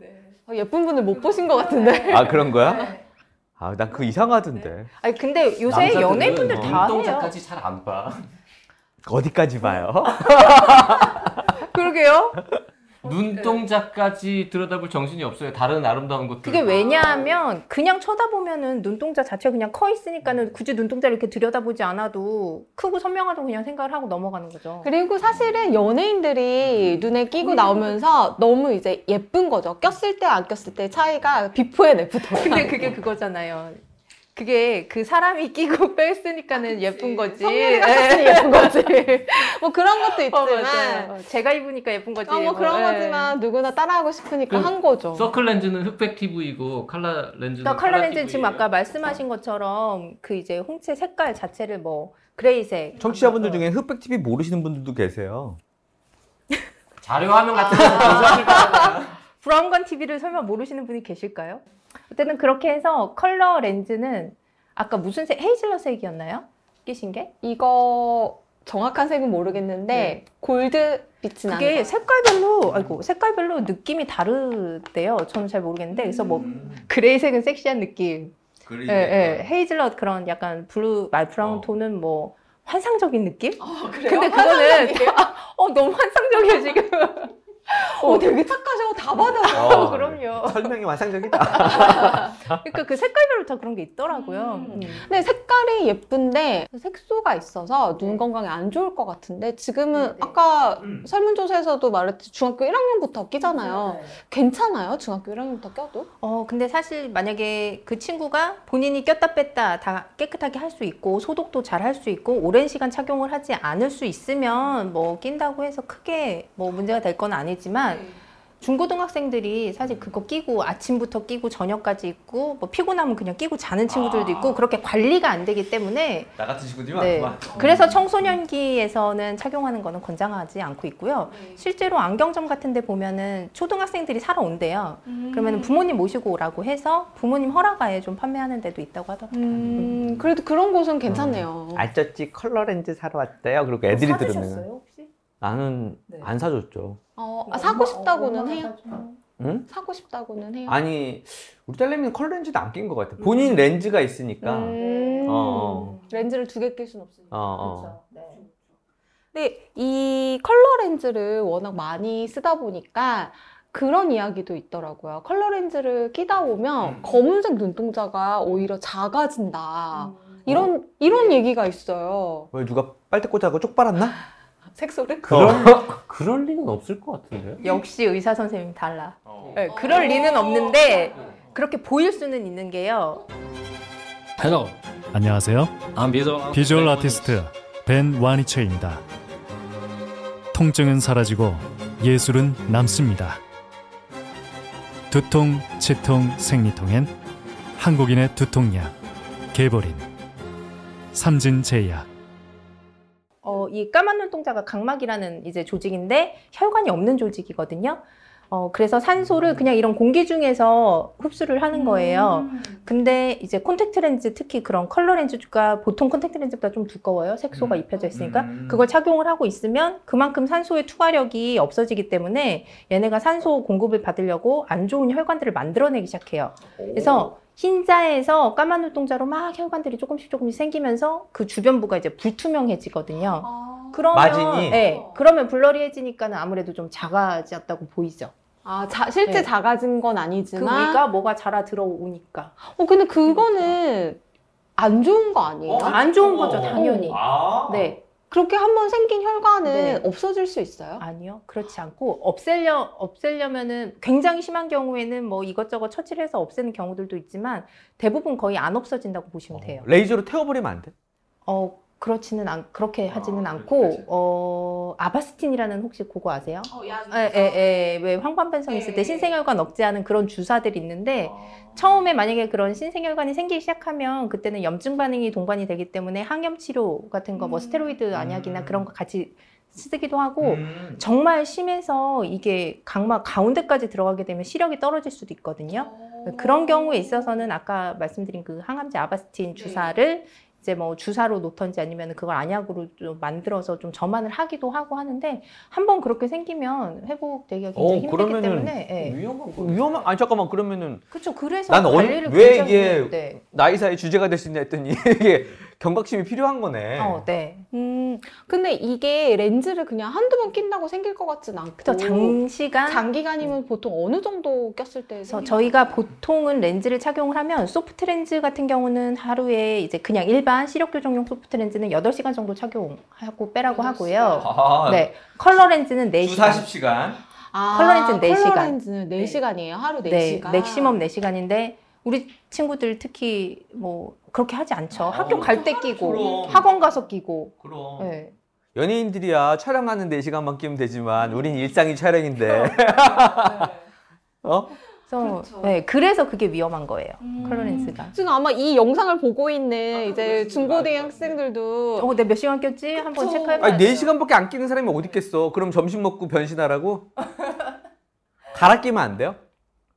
Speaker 4: 어, 예쁜 분들 못 보신 것 같은데.
Speaker 3: 아 그런 거야? 아 난 그거 이상하던데.
Speaker 1: 아니 근데 요새 연예인분들 다 해요.
Speaker 2: 눈동자까지 잘 안 봐.
Speaker 3: 어디까지 봐요?
Speaker 1: 어, 그러게요.
Speaker 2: 눈동자까지 들여다볼 정신이 없어요. 다른 아름다운 것들.
Speaker 1: 그게 왜냐하면 그냥 쳐다보면은 눈동자 자체가 그냥 커 있으니까는 굳이 눈동자를 이렇게 들여다보지 않아도 크고 선명하다고 그냥 생각을 하고 넘어가는 거죠.
Speaker 4: 그리고 사실은 연예인들이 눈에 끼고 나오면서 너무 이제 예쁜 거죠. 꼈을 때 안 꼈을 때 차이가 비포 앤 애프터.
Speaker 1: 근데 그게 그거잖아요. 그게 그 사람이 끼고 *laughs* 뺐으니까는 *laughs* 예쁜 거지.
Speaker 4: 성윤이가
Speaker 1: 예.
Speaker 4: 꼈으니 예쁜 거지. *laughs* 뭐 그런
Speaker 1: 어,
Speaker 4: 것도 있지만.
Speaker 1: 맞아요. 어, 제가 입으니까 예쁜 거지.
Speaker 4: 어, 뭐 그런
Speaker 1: 예.
Speaker 4: 거지만 누구나 따라하고 싶으니까
Speaker 2: 그
Speaker 4: 한 거죠.
Speaker 2: 서클 렌즈는 흑백 TV이고 칼라 렌즈는
Speaker 1: 그러니까 컬러 렌즈
Speaker 2: TV 예요.
Speaker 1: 지금 아까 말씀하신 것처럼 그 이제 홍채 색깔 자체를 뭐
Speaker 3: 네.
Speaker 1: 그레이색.
Speaker 3: 음. 청취자분들 중에 흑백 TV 모르시는 분들도 계세요.
Speaker 2: 자료 화면 같은 거
Speaker 1: 브라운관 TV를 설마 모르시는 분이 계실까요? 어쨌든 그렇게 해서 컬러 렌즈는 아까 무슨 색 헤이즐넛 색이었나요? 끼신 게?
Speaker 4: 이거 정확한 색은 모르겠는데
Speaker 1: 네.
Speaker 4: 골드 빛이 나는
Speaker 1: 그게
Speaker 4: 거.
Speaker 1: 색깔별로 아이고 색깔별로 느낌이 다르대요. 저는 잘 모르겠는데 그래서 뭐 그레이색은 섹시한 느낌,
Speaker 3: 그러니까.
Speaker 1: 예, 예.
Speaker 3: 음.
Speaker 1: 헤이즐넛 그런 약간 블루 말 브라운
Speaker 2: 어.
Speaker 1: 톤은 뭐 환상적인 느낌?
Speaker 4: 아,
Speaker 5: 어, 그래요?
Speaker 1: 근데 그거는 *laughs* 어 너무 환상적이야 지금. *laughs*
Speaker 4: 어, 되게 착하셔. 다 받아.
Speaker 1: 어, *laughs* 그럼요.
Speaker 3: 설명이 완상적이다.
Speaker 1: 그러니까 그 색깔별로 다 그런 게 있더라고요.
Speaker 5: 음.
Speaker 4: 근데 색깔이 예쁜데 색소가 있어서 눈 건강에 안 좋을 것 같은데 지금은 아까 설문조사에서도 말했듯이 중학교 1학년부터 끼잖아요. 괜찮아요? 중학교 1학년부터 껴도?
Speaker 1: 어, 근데 사실 만약에 그 친구가 본인이 꼈다 뺐다 다 깨끗하게 할 수 있고 소독도 잘 할 수 있고 오랜 시간 착용을 하지 않을 수 있으면 뭐 낀다고 해서 크게 뭐 문제가 될 건 아니지만 중고등학생들이 사실 그거 끼고 아침부터 끼고 저녁까지 입고 뭐 피곤하면 그냥 끼고 자는 친구들도 있고 그렇게 관리가 안 되기 때문에
Speaker 3: *laughs* 나 같은 친구들이
Speaker 1: 네. 그래서 청소년기에서는 착용하는 거는 권장하지 않고 있고요. 실제로 안경점 같은 데 보면은 초등학생들이 사러 온대요.
Speaker 4: 음.
Speaker 1: 그러면 부모님 모시고 오라고 해서 부모님 허락하에 좀 판매하는 데도 있다고 하더라고요.
Speaker 4: 음, 그래도 그런 곳은 괜찮네요.
Speaker 3: 음. 아저씨 컬러 렌즈 사러 왔대요. 그리고 애들이
Speaker 1: 뭐
Speaker 3: 들으면
Speaker 1: 혹시?
Speaker 3: 나는
Speaker 5: 네.
Speaker 3: 안 사줬죠.
Speaker 4: 어, 아, 사고 싶다고는 해요.
Speaker 1: 어.
Speaker 4: 음.
Speaker 3: 응?
Speaker 4: 사고
Speaker 1: 음.
Speaker 4: 싶다고는 해요.
Speaker 3: 아니 우리 딸내미는 컬러 렌즈도 안 낀 것 같아. 본인 렌즈가 있으니까
Speaker 4: 음. 음,
Speaker 3: 어, 어.
Speaker 4: 렌즈를 두 개 낄 순 없으니까.
Speaker 3: 어, 어.
Speaker 5: 그렇죠. 네.
Speaker 4: 근데 이 컬러 렌즈를 워낙 많이 쓰다 보니까 그런 이야기도 있더라고요. 컬러 렌즈를 끼다 보면 검은색 눈동자가 오히려 작아진다.
Speaker 5: 음.
Speaker 4: 이런 이런 얘기가 있어요.
Speaker 3: 왜 누가 빨대 꽂아고 쪽 빨았나?
Speaker 4: 색소를?
Speaker 2: 그럴, 그럴 리는 없을 것 같은데요?
Speaker 1: 역시 의사 선생님 달라. 네, 그럴 리는 없는데
Speaker 4: 어.
Speaker 1: 그렇게 보일 수는 있는 게요.
Speaker 6: Hello,
Speaker 7: 안녕하세요.
Speaker 6: I'm visual,
Speaker 7: 비주얼 아티스트 벤 와니체입니다. 통증은 사라지고 예술은 남습니다. 두통, 치통, 생리통엔 한국인의 두통약 개보린 삼진제약
Speaker 1: 어, 이 까만 눈동자가 각막이라는 이제 조직인데 혈관이 없는 조직이거든요. 어, 그래서
Speaker 3: 음.
Speaker 1: 산소를 그냥 이런 공기 중에서 흡수를 하는 거예요.
Speaker 5: 음.
Speaker 1: 근데 이제 콘택트 렌즈 특히 그런 컬러 렌즈가 보통 콘택트 렌즈보다 좀 두꺼워요.
Speaker 3: 음.
Speaker 1: 색소가 입혀져 있으니까 그걸 착용을 하고 있으면 그만큼 산소의 투과력이 없어지기 때문에 얘네가 산소 공급을 받으려고 안 좋은 혈관들을 만들어내기 시작해요. 그래서 흰자에서 까만 눈동자로 막 혈관들이 조금씩 조금씩 생기면서 그 주변부가 이제 불투명해지거든요.
Speaker 4: 아,
Speaker 1: 그러면
Speaker 3: 마진이?
Speaker 1: 네, 그러면 블러리해지니까는 아무래도 좀 작아졌다고 보이죠.
Speaker 4: 아 자- 실제
Speaker 1: 네.
Speaker 4: 작아진 건
Speaker 1: 그
Speaker 4: 아니지만.
Speaker 1: 위가 뭐가 자라 들어오니까
Speaker 4: 어 근데 그거는 안 좋은 거 아니에요?
Speaker 3: 어?
Speaker 1: 그렇죠. 안 좋은 거죠,
Speaker 3: 어.
Speaker 1: 당연히.
Speaker 3: 아.
Speaker 1: 네,
Speaker 4: 그렇게 한번 생긴 혈관은
Speaker 1: 네.
Speaker 4: 없어질 수 있어요?
Speaker 1: 아니요, 그렇지 않고 없애려 없애려면은 굉장히 심한 경우에는 뭐 이것저것 처치를 해서 없애는 경우들도 있지만 대부분 거의 안 없어진다고 보시면 돼요.
Speaker 3: 레이저로 태워버리면 안 돼?
Speaker 1: 어 그렇지는 않 아, 그렇게 하지는 않고 어 아바스틴이라는 혹시 그거 아세요?
Speaker 5: 어, 야,
Speaker 1: 예예예 아. 왜 황반변성 있을
Speaker 5: 예, 예.
Speaker 1: 때 신생혈관 억제하는 그런 주사들이 있는데 처음에 만약에 그런 신생혈관이 생기기 시작하면 그때는 염증 반응이 동반이 되기 때문에 항염 치료 같은 거 뭐
Speaker 5: 음.
Speaker 1: 스테로이드 안약이나 그런 거 같이 쓰기도 하고
Speaker 3: 음.
Speaker 1: 정말 심해서 이게 각막 가운데까지 들어가게 되면 시력이 떨어질 수도 있거든요. 그런 경우에 있어서는 아까 말씀드린 그 항암제
Speaker 3: 네.
Speaker 1: 아바스틴 주사를 이제 뭐 주사로 놓던지 아니면 그걸 안약으로 좀 만들어서 좀 점안을 하기도 하고 하는데 한번 그렇게 생기면 회복되기가 굉장히
Speaker 3: 어,
Speaker 1: 힘들기
Speaker 3: 그러면은
Speaker 1: 때문에 예.
Speaker 2: 위험한 거
Speaker 3: 위험한 아니 잠깐만 그러면은
Speaker 1: 그렇죠. 그래서
Speaker 3: 난 언-
Speaker 1: 관리를
Speaker 3: 왜
Speaker 1: 굉장히-
Speaker 3: 이게-
Speaker 1: 네.
Speaker 3: 나이사의 주제가 될 수 있냐 했더니 *laughs* 이게 경각심이 필요한 거네.
Speaker 1: 어, 네.
Speaker 4: 음, 근데 이게 렌즈를 그냥 한두 번 낀다고 생길 것 같진 않고.
Speaker 1: 그래서 장시간
Speaker 4: 장기간이면 보통 어느 정도 꼈을 때
Speaker 1: 그래서
Speaker 4: 생기는
Speaker 1: 저희가 보통은 렌즈를 착용을 하면 소프트 렌즈 같은 경우는 하루에 이제 그냥 일반 시력 교정용 소프트 렌즈는 8시간 정도 착용하고 빼라고 하고요.
Speaker 3: 아,
Speaker 1: 네. 컬러 렌즈는
Speaker 3: 주
Speaker 1: 4시간.
Speaker 3: 40시간.
Speaker 4: 아,
Speaker 1: 컬러 렌즈는 네 시간.
Speaker 4: 컬러 렌즈는 4시간이에요. 하루 4시간.
Speaker 1: 네. 맥시멈 4시간인데 우리 친구들 특히 뭐 그렇게 하지 않죠.
Speaker 3: 아, 어.
Speaker 1: 학교 갈 때 끼고
Speaker 3: 그럼.
Speaker 1: 학원 가서 끼고.
Speaker 3: 그럼.
Speaker 1: 네.
Speaker 3: 연예인들이야 촬영하는 4시간만 끼면 되지만 우린
Speaker 1: 음.
Speaker 3: 일상이 촬영인데.
Speaker 5: 네.
Speaker 3: 어?
Speaker 1: 그래서
Speaker 5: 그렇죠. 음.
Speaker 1: 네. 그래서 그게 위험한 거예요. 컬러 렌즈가.
Speaker 4: 지금 아마 이 영상을 보고 있는
Speaker 5: 아,
Speaker 4: 이제
Speaker 5: 그렇습니다.
Speaker 4: 중고등 학생들도
Speaker 1: 네. 어, 내몇 시간 꼈지? 한번
Speaker 5: 그쵸.
Speaker 1: 체크해
Speaker 3: 아니
Speaker 1: 봐야
Speaker 3: 4시간밖에 안 끼는 사람이 어디 있겠어. 그럼 점심 먹고 변신하라고? 갈아 끼면 안 돼요?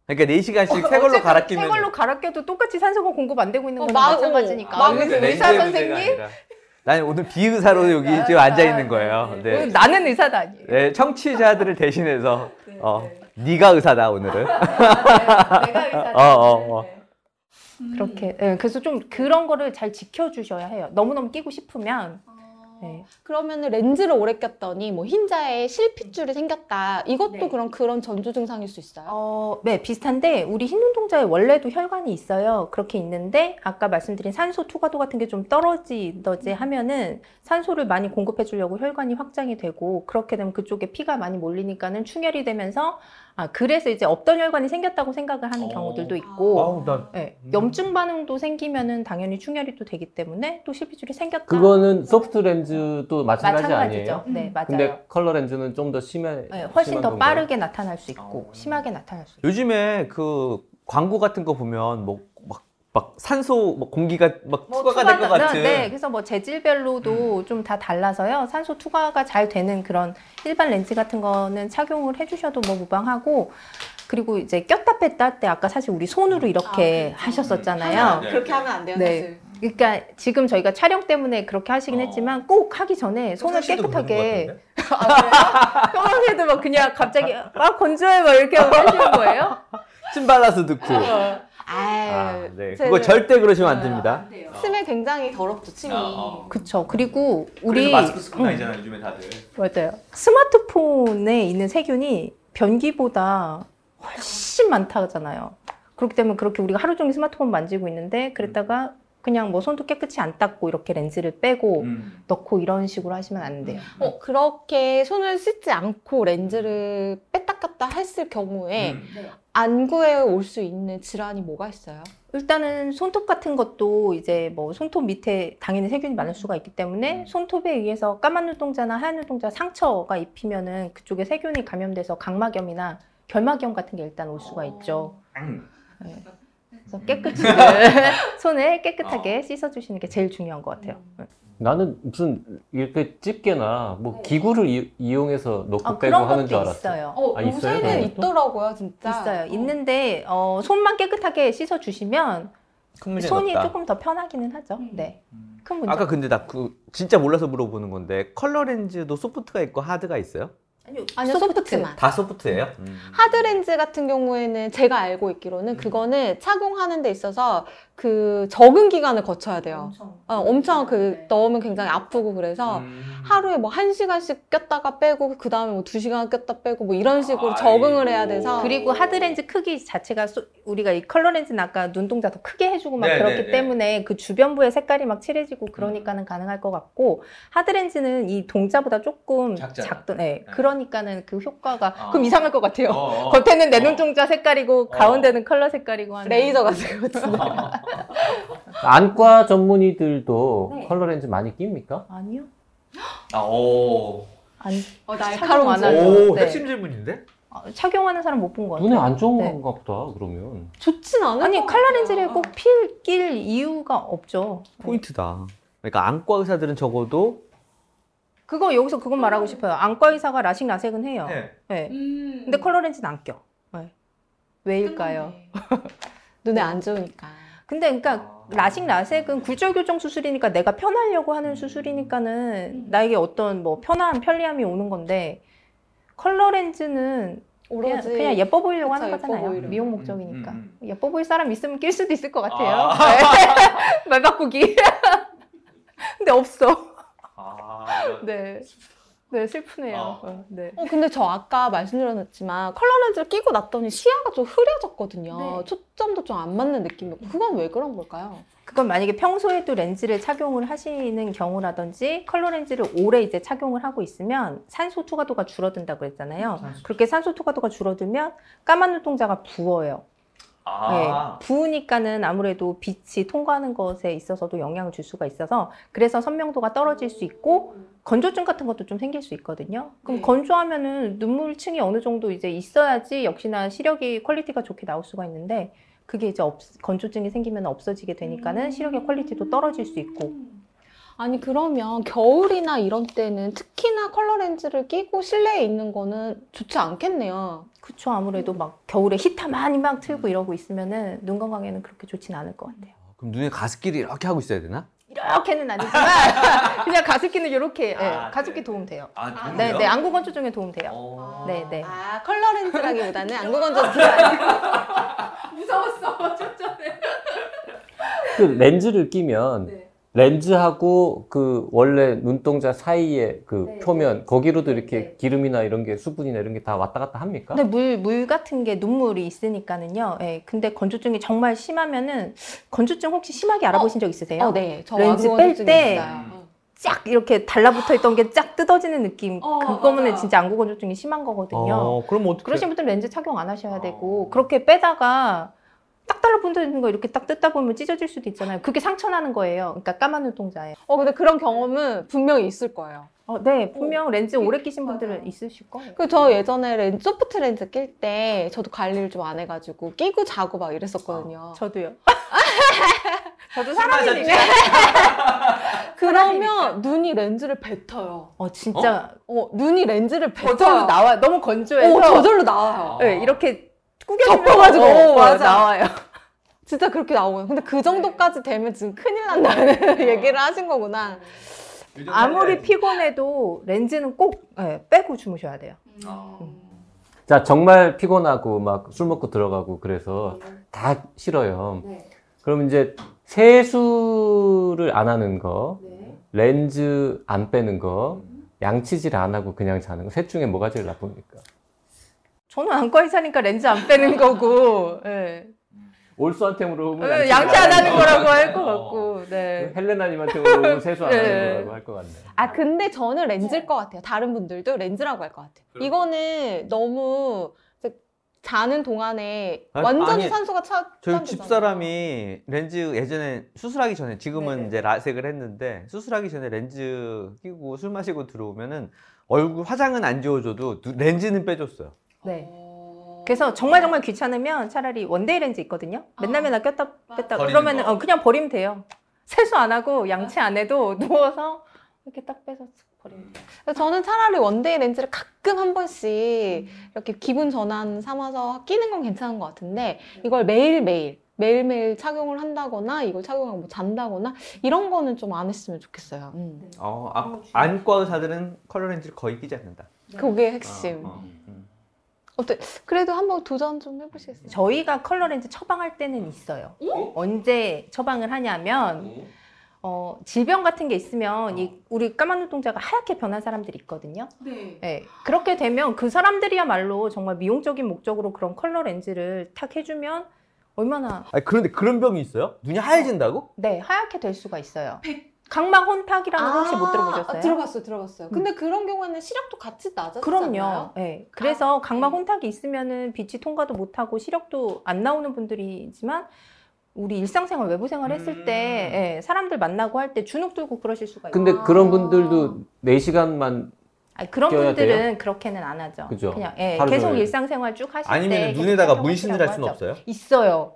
Speaker 3: 그러니까
Speaker 1: *laughs*
Speaker 3: 4시간씩 새 걸로 갈아 끼면
Speaker 1: 새 걸로 갈아 껴도 똑같이 산소가 공급 안 되고 있는
Speaker 4: 어,
Speaker 1: 거랑
Speaker 4: 마-
Speaker 1: 마찬가지니까.
Speaker 4: 어, 마-
Speaker 1: 그래서
Speaker 3: 그러니까
Speaker 4: 렌즈의
Speaker 1: 의사 선생님
Speaker 3: 나는 오늘 비의사로 여기 지금 앉아 있는 거예요.
Speaker 1: 오늘
Speaker 3: 네.
Speaker 1: 어, 나는 의사도 아니에요.
Speaker 3: 네, 청취자들을
Speaker 1: *laughs*
Speaker 3: 대신해서
Speaker 5: 네,
Speaker 3: 어,
Speaker 5: 네.
Speaker 3: 네가 의사다 오늘은. *laughs*
Speaker 1: 내가 의사. 네.
Speaker 3: 어, 어, 어.
Speaker 5: 음.
Speaker 1: 그렇게. 예, 그래서 좀 그런 거를 잘 지켜주셔야 해요. 너무너무 끼고 싶으면.
Speaker 5: 어.
Speaker 1: 네.
Speaker 4: 그러면 렌즈를 오래 꼈더니 뭐 흰자에 실핏줄이 생겼다. 이것도
Speaker 5: 네.
Speaker 4: 그런 그런 전조 증상일 수 있어요.
Speaker 1: 어, 네, 비슷한데 우리 흰 눈동자에 원래도 혈관이 있어요. 그렇게 있는데 아까 말씀드린 산소 투과도 같은 게 좀
Speaker 2: 음.
Speaker 1: 떨어지더지 하면은 산소를 많이 공급해 주려고 혈관이 확장이 되고 그렇게 되면 그쪽에 피가 많이 몰리니까는 충혈이 되면서 아, 그래서 이제 없던 혈관이 생겼다고 생각을 하는
Speaker 3: 어.
Speaker 1: 경우들도 있고
Speaker 3: 아우, 나-
Speaker 1: 예,
Speaker 3: 음.
Speaker 1: 염증 반응도 생기면은 당연히 충혈이 또 되기 때문에 또 실핏줄이 생겼다.
Speaker 2: 그거는 소프트 렌즈도 마찬가지 아니에요?
Speaker 1: 마찬가지죠. 네, 맞아요.
Speaker 2: 근데 컬러 렌즈는 좀 더 심해
Speaker 1: 예, 훨씬
Speaker 2: 심한
Speaker 1: 더
Speaker 2: 건가요?
Speaker 1: 빠르게 나타날 수 있고
Speaker 3: 어.
Speaker 1: 심하게 나타날 수 있고.
Speaker 3: 요즘에 그 광고 같은 거 보면 뭐막막 산소 뭐 공기가 막 투과가 될 것
Speaker 1: 투과가-
Speaker 3: 같은 음.
Speaker 1: 네, 그래서 뭐 재질별로도 좀 다 달라서요. 산소 투과가 잘 되는 그런 일반 렌즈 같은 거는 착용을 해주셔도 뭐 무방하고 그리고 이제 꼈다 뺐다 할 때 아까 사실
Speaker 3: 음.
Speaker 1: 우리 손으로
Speaker 3: 아,
Speaker 1: 이렇게
Speaker 4: 그렇죠.
Speaker 1: 하셨었잖아요.
Speaker 3: 네.
Speaker 4: 그렇게 하면 안 돼요.
Speaker 1: 네.
Speaker 4: 사실.
Speaker 1: 그러니까 지금 저희가 촬영 때문에 그렇게 하시긴
Speaker 3: 어.
Speaker 1: 했지만 꼭 하기 전에 손을
Speaker 3: 사실도 그런
Speaker 1: 깨끗하게
Speaker 3: 것 같은데?
Speaker 1: *laughs* 평상시에도 막 그냥 갑자기 아 건조해 막 이렇게 하고 하시는 거예요?
Speaker 3: 침 발라서 넣고
Speaker 4: 아, 네.
Speaker 3: 아, 네.
Speaker 4: 제-
Speaker 3: 그거 절대 그러시면
Speaker 1: 아,
Speaker 3: 안 됩니다.
Speaker 1: 네.
Speaker 5: 돼요.
Speaker 4: 침에 굉장히 더럽죠, 침이.
Speaker 1: 그쵸. 그리고 우리 음.
Speaker 3: 쓰고 다니잖아 요즘에 다들.
Speaker 1: 맞아요. 스마트폰에 있는 세균이 변기보다 훨씬 많다잖아요. 그렇기 때문에 그렇게 우리가 하루 종일 스마트폰 만지고 있는데 그랬다가 그냥 뭐 손도 깨끗이 안 닦고 이렇게 렌즈를
Speaker 3: 음.
Speaker 1: 빼고 넣고 이런 식으로 하시면 안 돼요.
Speaker 4: 어, 그렇게 손을 씻지 않고 렌즈를 뺐다 깠다 했을 경우에
Speaker 3: 음.
Speaker 5: 네.
Speaker 4: 안구에 올 수 있는 질환이 뭐가 있어요?
Speaker 1: 일단은 손톱 같은 것도 이제 뭐 손톱 밑에 당연히 세균이 많을 수가 있기 때문에 손톱에 의해서 까만 눈동자나 하얀 눈동자 상처가 입히면은 그쪽에 세균이 감염돼서 각막염이나 결막염 같은 게 일단 올 수가 있죠. 네. 그래서 깨끗이 손을 깨끗하게 씻어주시는 게 제일 중요한 것 같아요.
Speaker 2: 나는 무슨 이렇게 집게나
Speaker 5: 네.
Speaker 2: 뭐 기구를 이, 이용해서 넣고
Speaker 1: 아,
Speaker 2: 빼고
Speaker 1: 그런
Speaker 2: 어, 하는 줄
Speaker 1: 것도
Speaker 2: 알았어.
Speaker 1: 있어요.
Speaker 4: 어,
Speaker 2: 아, 있어요?
Speaker 4: 요새는
Speaker 5: 네.
Speaker 2: 그런 것도?
Speaker 4: 있더라고요, 진짜.
Speaker 1: 네. 있어요.
Speaker 4: 어.
Speaker 1: 있는데 어, 손만 깨끗하게 씻어주시면
Speaker 3: 큰 문제는
Speaker 1: 손이
Speaker 3: 없다.
Speaker 1: 조금 더 편하기는 하죠. 네, 큰 문제.
Speaker 3: 아까 근데 나 그 진짜 몰라서 물어보는 건데 컬러 렌즈도 소프트가 있고 하드가 있어요?
Speaker 4: 아니요, 소프트만.
Speaker 3: 다 소프트예요?
Speaker 1: 음.
Speaker 4: 하드렌즈 같은 경우에는 제가 알고 있기로는 그거는 착용하는 데 있어서 그 적응 기간을 거쳐야 돼요.
Speaker 5: 엄청.
Speaker 4: 어, 엄청 그
Speaker 5: 네.
Speaker 4: 넣으면 굉장히 아프고
Speaker 3: 음.
Speaker 4: 그래서
Speaker 1: 음.
Speaker 4: 하루에 뭐 한시간씩 꼈다가 빼고 그 다음에 뭐 두시간 꼈다 빼고 뭐 이런 식으로 적응을 해야 돼서
Speaker 1: 그리고 하드렌즈 크기 자체가 소- 우리가 이 컬러렌즈는 아까 눈동자 더 크게 해주고 막
Speaker 3: 네,
Speaker 1: 그렇기
Speaker 3: 네, 네.
Speaker 1: 때문에 그 주변부의 색깔이 막 칠해지고 그러니까는 가능할 것 같고 하드렌즈는 이 동자보다 조금
Speaker 3: 작잖아.
Speaker 1: 작던 네.
Speaker 3: 네.
Speaker 1: 그러니까는 그 효과가
Speaker 3: 아.
Speaker 1: 그럼 이상할 것 같아요.
Speaker 2: 어.
Speaker 1: 겉에는 내 눈동자 색깔이고 가운데는 컬러 색깔이고 하는 음.
Speaker 4: 레이저 같은 거 같은데.
Speaker 2: 안과 전문의들도
Speaker 5: 네.
Speaker 2: 컬러 렌즈 많이 낍니까?
Speaker 1: *laughs* 아니요.
Speaker 3: 아, 오.
Speaker 1: 안
Speaker 4: 어,
Speaker 1: 착용 안 하죠.
Speaker 3: 오,
Speaker 1: 네.
Speaker 3: 핵심 질문인데?
Speaker 1: 아, 착용하는 사람 못 본 것 같아요.
Speaker 2: 눈에 안 좋은
Speaker 1: 네.
Speaker 2: 건가 보다. 그러면
Speaker 4: 좋진 않아요.
Speaker 1: 아니 컬러 렌즈를 꼭 필, 낄 이유가 없죠.
Speaker 3: 포인트다. 그러니까 안과 의사들은 적어도
Speaker 1: 그거 여기서 그건 말하고 싶어요. 안과 의사가 라식 라섹은 해요. 네.
Speaker 5: 음.
Speaker 1: 근데 컬러 렌즈는 안 껴. 네. 왜일까요?
Speaker 4: 눈에 안 좋으니까.
Speaker 1: 근데 그러니까 라식 라섹은 굴절 교정 수술이니까 내가 편하려고
Speaker 4: 음.
Speaker 1: 하는 수술이니까는 나에게 어떤 뭐 편함 편리함이 오는 건데 컬러 렌즈는 그냥,
Speaker 4: 오로지
Speaker 1: 그냥 예뻐 보이려고
Speaker 4: 그쵸,
Speaker 1: 하는
Speaker 4: 예뻐
Speaker 1: 거잖아요.
Speaker 4: 보이려고.
Speaker 1: 미용
Speaker 3: 음,
Speaker 1: 목적이니까.
Speaker 3: 음,
Speaker 1: 예뻐 보일 사람 있으면 낄 수도 있을 것 같아요. *laughs* 네. *laughs* 말 바꾸기. 근데 없어. 네. 네, 슬프네요.
Speaker 3: 아.
Speaker 1: 어, 네.
Speaker 4: 어, 근데 저 아까 말씀드렸지만 컬러 렌즈를 끼고 났더니 시야가 좀 흐려졌거든요.
Speaker 1: 네.
Speaker 4: 초점도 좀 안 맞는 느낌이고 그건 왜 그런 걸까요?
Speaker 1: 그건 만약에 평소에도 렌즈를 착용을 하시는 경우라든지 컬러 렌즈를 오래 이제 착용을 하고 있으면 산소 투과도가 줄어든다 그랬잖아요. 그렇게 산소 투과도가 줄어들면 까만 눈동자가 부어요.
Speaker 3: 아.
Speaker 1: 네, 부으니까는 아무래도 빛이 통과하는 것에 있어서도 영향을 줄 수가 있어서 그래서 선명도가 떨어질 수 있고 건조증 같은 것도 좀 생길 수 있거든요. 그럼
Speaker 5: 네.
Speaker 1: 건조하면은 눈물층이 어느 정도 이제 있어야지 역시나 시력이 퀄리티가 좋게 나올 수가 있는데 그게 이제 없, 건조증이 생기면 없어지게 되니까는 시력의 퀄리티도 떨어질 수 있고
Speaker 4: 아니 그러면 겨울이나 이런 때는 특히나 컬러 렌즈를 끼고 실내에 있는 거는 좋지 않겠네요.
Speaker 1: 그쵸 아무래도 막 겨울에 히터 많이 막 틀고 이러고 있으면은 눈 건강에는 그렇게 좋진 않을 것 같아요.
Speaker 3: 그럼 눈에 가습기를 이렇게 하고 있어야 되나?
Speaker 1: 이렇게는 *laughs* 아니지만 그냥 가습기는 이렇게 예,
Speaker 3: 아,
Speaker 1: 가습기
Speaker 3: 네.
Speaker 1: 도움 돼요.
Speaker 3: 아, 어.
Speaker 1: 네, 네, 안구 건조 중에 도움 돼요. 네, 네.
Speaker 4: 아 컬러 렌즈라기보다는 안구 건조 들어가요.
Speaker 5: 무서웠어. 초점에.
Speaker 2: 그 렌즈를 끼면
Speaker 5: 네.
Speaker 2: 렌즈하고 그 원래 눈동자 사이에 그
Speaker 1: 네.
Speaker 2: 표면 거기로도 이렇게
Speaker 1: 네.
Speaker 2: 기름이나 이런 게 수분이나 이런 게 다 왔다 갔다 합니까?
Speaker 1: 근데 물, 물 같은 게 눈물이 있으니까는요. 예, 근데 건조증이 정말 심하면은 건조증 혹시 심하게 알아보신 적 있으세요?
Speaker 4: 어, 네. 저
Speaker 1: 렌즈
Speaker 4: 안구
Speaker 1: 뺄
Speaker 4: 건조증이
Speaker 1: 때.
Speaker 4: 있어요.
Speaker 1: 쫙 이렇게 달라붙어 있던 게 쫙 뜯어지는 느낌.
Speaker 5: 어,
Speaker 1: 그거면은
Speaker 5: 맞아.
Speaker 1: 진짜 안구 건조증이 심한 거거든요.
Speaker 3: 어, 그럼 어떻게?
Speaker 1: 그러신 분들은 렌즈 착용 안 하셔야 되고 그렇게 빼다가 딱 달라붙어 있는 거 이렇게 딱 뜯다 보면 찢어질 수도 있잖아요. 그게 상처 나는 거예요. 그러니까 까만 눈동자에.
Speaker 4: 어 근데 그런 경험은 분명히 있을 거예요.
Speaker 1: 어, 네, 분명 렌즈 오래 끼신
Speaker 5: 맞아요.
Speaker 1: 분들은 있으실 거예요.
Speaker 4: 그 저 예전에 렌, 소프트 렌즈 낄 때 저도 관리를 좀 안 해가지고 끼고 자고 막 이랬었거든요.
Speaker 1: 저도요. *laughs* 저도 사람이니까.
Speaker 4: 그러면 눈이 렌즈를 뱉어요.
Speaker 1: 어, 진짜
Speaker 4: 어 눈이 렌즈를
Speaker 1: 저절로
Speaker 4: 뱉어요.
Speaker 1: 나와. 너무
Speaker 4: 어
Speaker 1: 건조해서.
Speaker 4: 저절로 나와요.
Speaker 3: 아.
Speaker 1: 네, 이렇게 꾸겨주면
Speaker 4: 접어가지고
Speaker 1: 어,
Speaker 4: 맞아.
Speaker 1: 나와요.
Speaker 4: 진짜 그렇게 나오거든요. 근데
Speaker 3: 네.
Speaker 4: 그 정도까지 되면 지금 큰일
Speaker 3: 아.
Speaker 4: 난다는 *laughs* 얘기를 하신 거구나.
Speaker 3: 네.
Speaker 1: 네. 아무리 피곤해도 렌즈는 꼭 예, 빼고 주무셔야 돼요.
Speaker 2: 자, 정말 피곤하고 막 술 먹고 들어가고 그래서
Speaker 1: 네.
Speaker 2: 다 싫어요.
Speaker 5: 네.
Speaker 2: 그럼 이제 세수를 안 하는 거,
Speaker 5: 네.
Speaker 2: 렌즈 안 빼는 거,
Speaker 1: 음.
Speaker 2: 양치질 안 하고 그냥 자는 거, 셋 중에 뭐가 제일 나쁩니까?
Speaker 1: 저는 안과 의사니까 렌즈 안 빼는 거고 예.
Speaker 2: 올수한테 물어보면
Speaker 1: 예,
Speaker 2: 양치질
Speaker 1: 양치 안 하는
Speaker 2: 거.
Speaker 1: 거라고 할 것 같고 네.
Speaker 2: 헬레나님한테 물어보면 세수 안
Speaker 1: 네.
Speaker 2: 하는 거라고 할 것 같네요.
Speaker 4: 아 근데 저는
Speaker 3: 네.
Speaker 4: 렌즈일 것 같아요. 다른 분들도 렌즈라고 할 것 같아요. 이거는 너무 이제 자는 동안에
Speaker 3: 아,
Speaker 4: 완전히
Speaker 3: 아니,
Speaker 4: 산소가 차.
Speaker 3: 저희
Speaker 4: 차지잖아요.
Speaker 3: 집사람이 렌즈 예전에 수술하기 전에 지금은
Speaker 4: 네네.
Speaker 3: 이제 라섹을 했는데 수술하기 전에 렌즈 끼고 술 마시고 들어오면은 얼굴 화장은 안 지워줘도 누- 렌즈는 빼줬어요.
Speaker 1: 네. 그래서 정말 정말 귀찮으면 차라리 원데이 렌즈 있거든요. 맨날
Speaker 5: 아.
Speaker 1: 맨날 꼈다 뺐다
Speaker 3: 버리는
Speaker 1: 그러면
Speaker 3: 거.
Speaker 1: 어, 그냥 버리면 돼요. 세수 안 하고 양치 안 해도 *laughs* 누워서 이렇게 딱 빼서 버리면 돼요.
Speaker 4: 그래서 저는 차라리 원데이 렌즈를 가끔 한 번씩 이렇게 기분 전환 삼아서 끼는 건 괜찮은 것 같은데 이걸 매일 매일 매일 매일 착용을 한다거나 이걸 착용하고 뭐 잔다거나 이런 거는 좀 안 했으면 좋겠어요. 음.
Speaker 3: 어, 아- 안과 의사들은 컬러 렌즈를 거의 끼지 않는다.
Speaker 4: 그게 핵심.
Speaker 3: 어, 어, 음.
Speaker 4: 그래도 한번 도전 좀 해보시겠어요?
Speaker 1: 저희가 컬러 렌즈 처방할 때는 있어요. 언제 처방을 하냐면 어, 질병 같은 게 있으면
Speaker 2: 어.
Speaker 1: 이 우리 까만 눈동자가 하얗게 변한 사람들이 있거든요.
Speaker 5: 네.
Speaker 1: 네, 그렇게 되면 그 사람들이야말로 정말 미용적인 목적으로 그런 컬러 렌즈를 탁 해주면 얼마나
Speaker 3: 아니, 그런데 그런 병이 있어요? 눈이 하얘진다고?
Speaker 1: 네 하얗게 될 수가 있어요. 각막 혼탁이라는 거 혹시 못 들어보셨어요?
Speaker 4: 아, 들어봤어요, 들어봤어요. 근데 그런 경우에는 시력도 같이 낮아지잖아요.
Speaker 1: 그럼요. 네. 그래서 각막
Speaker 4: 네.
Speaker 1: 혼탁이 있으면은 빛이 통과도 못하고 시력도 안 나오는 분들이지만 우리 일상생활 외부생활 했을 때 예, 사람들 만나고 할 때 주눅 들고 그러실 수가 있어요.
Speaker 2: 음. 근데 그런 분들도 4시간만
Speaker 1: 아니, 그런
Speaker 2: 껴야
Speaker 1: 분들은 그렇게는 안 하죠.
Speaker 2: 그죠.
Speaker 1: 그냥 예,
Speaker 2: 하루
Speaker 1: 계속
Speaker 2: 종일.
Speaker 1: 일상생활 쭉 하실 때
Speaker 3: 아니면
Speaker 1: 계속
Speaker 3: 눈에다가
Speaker 1: 착용하시라고
Speaker 3: 문신을 할 수는
Speaker 1: 하죠.
Speaker 3: 없어요? *laughs*
Speaker 1: 있어요.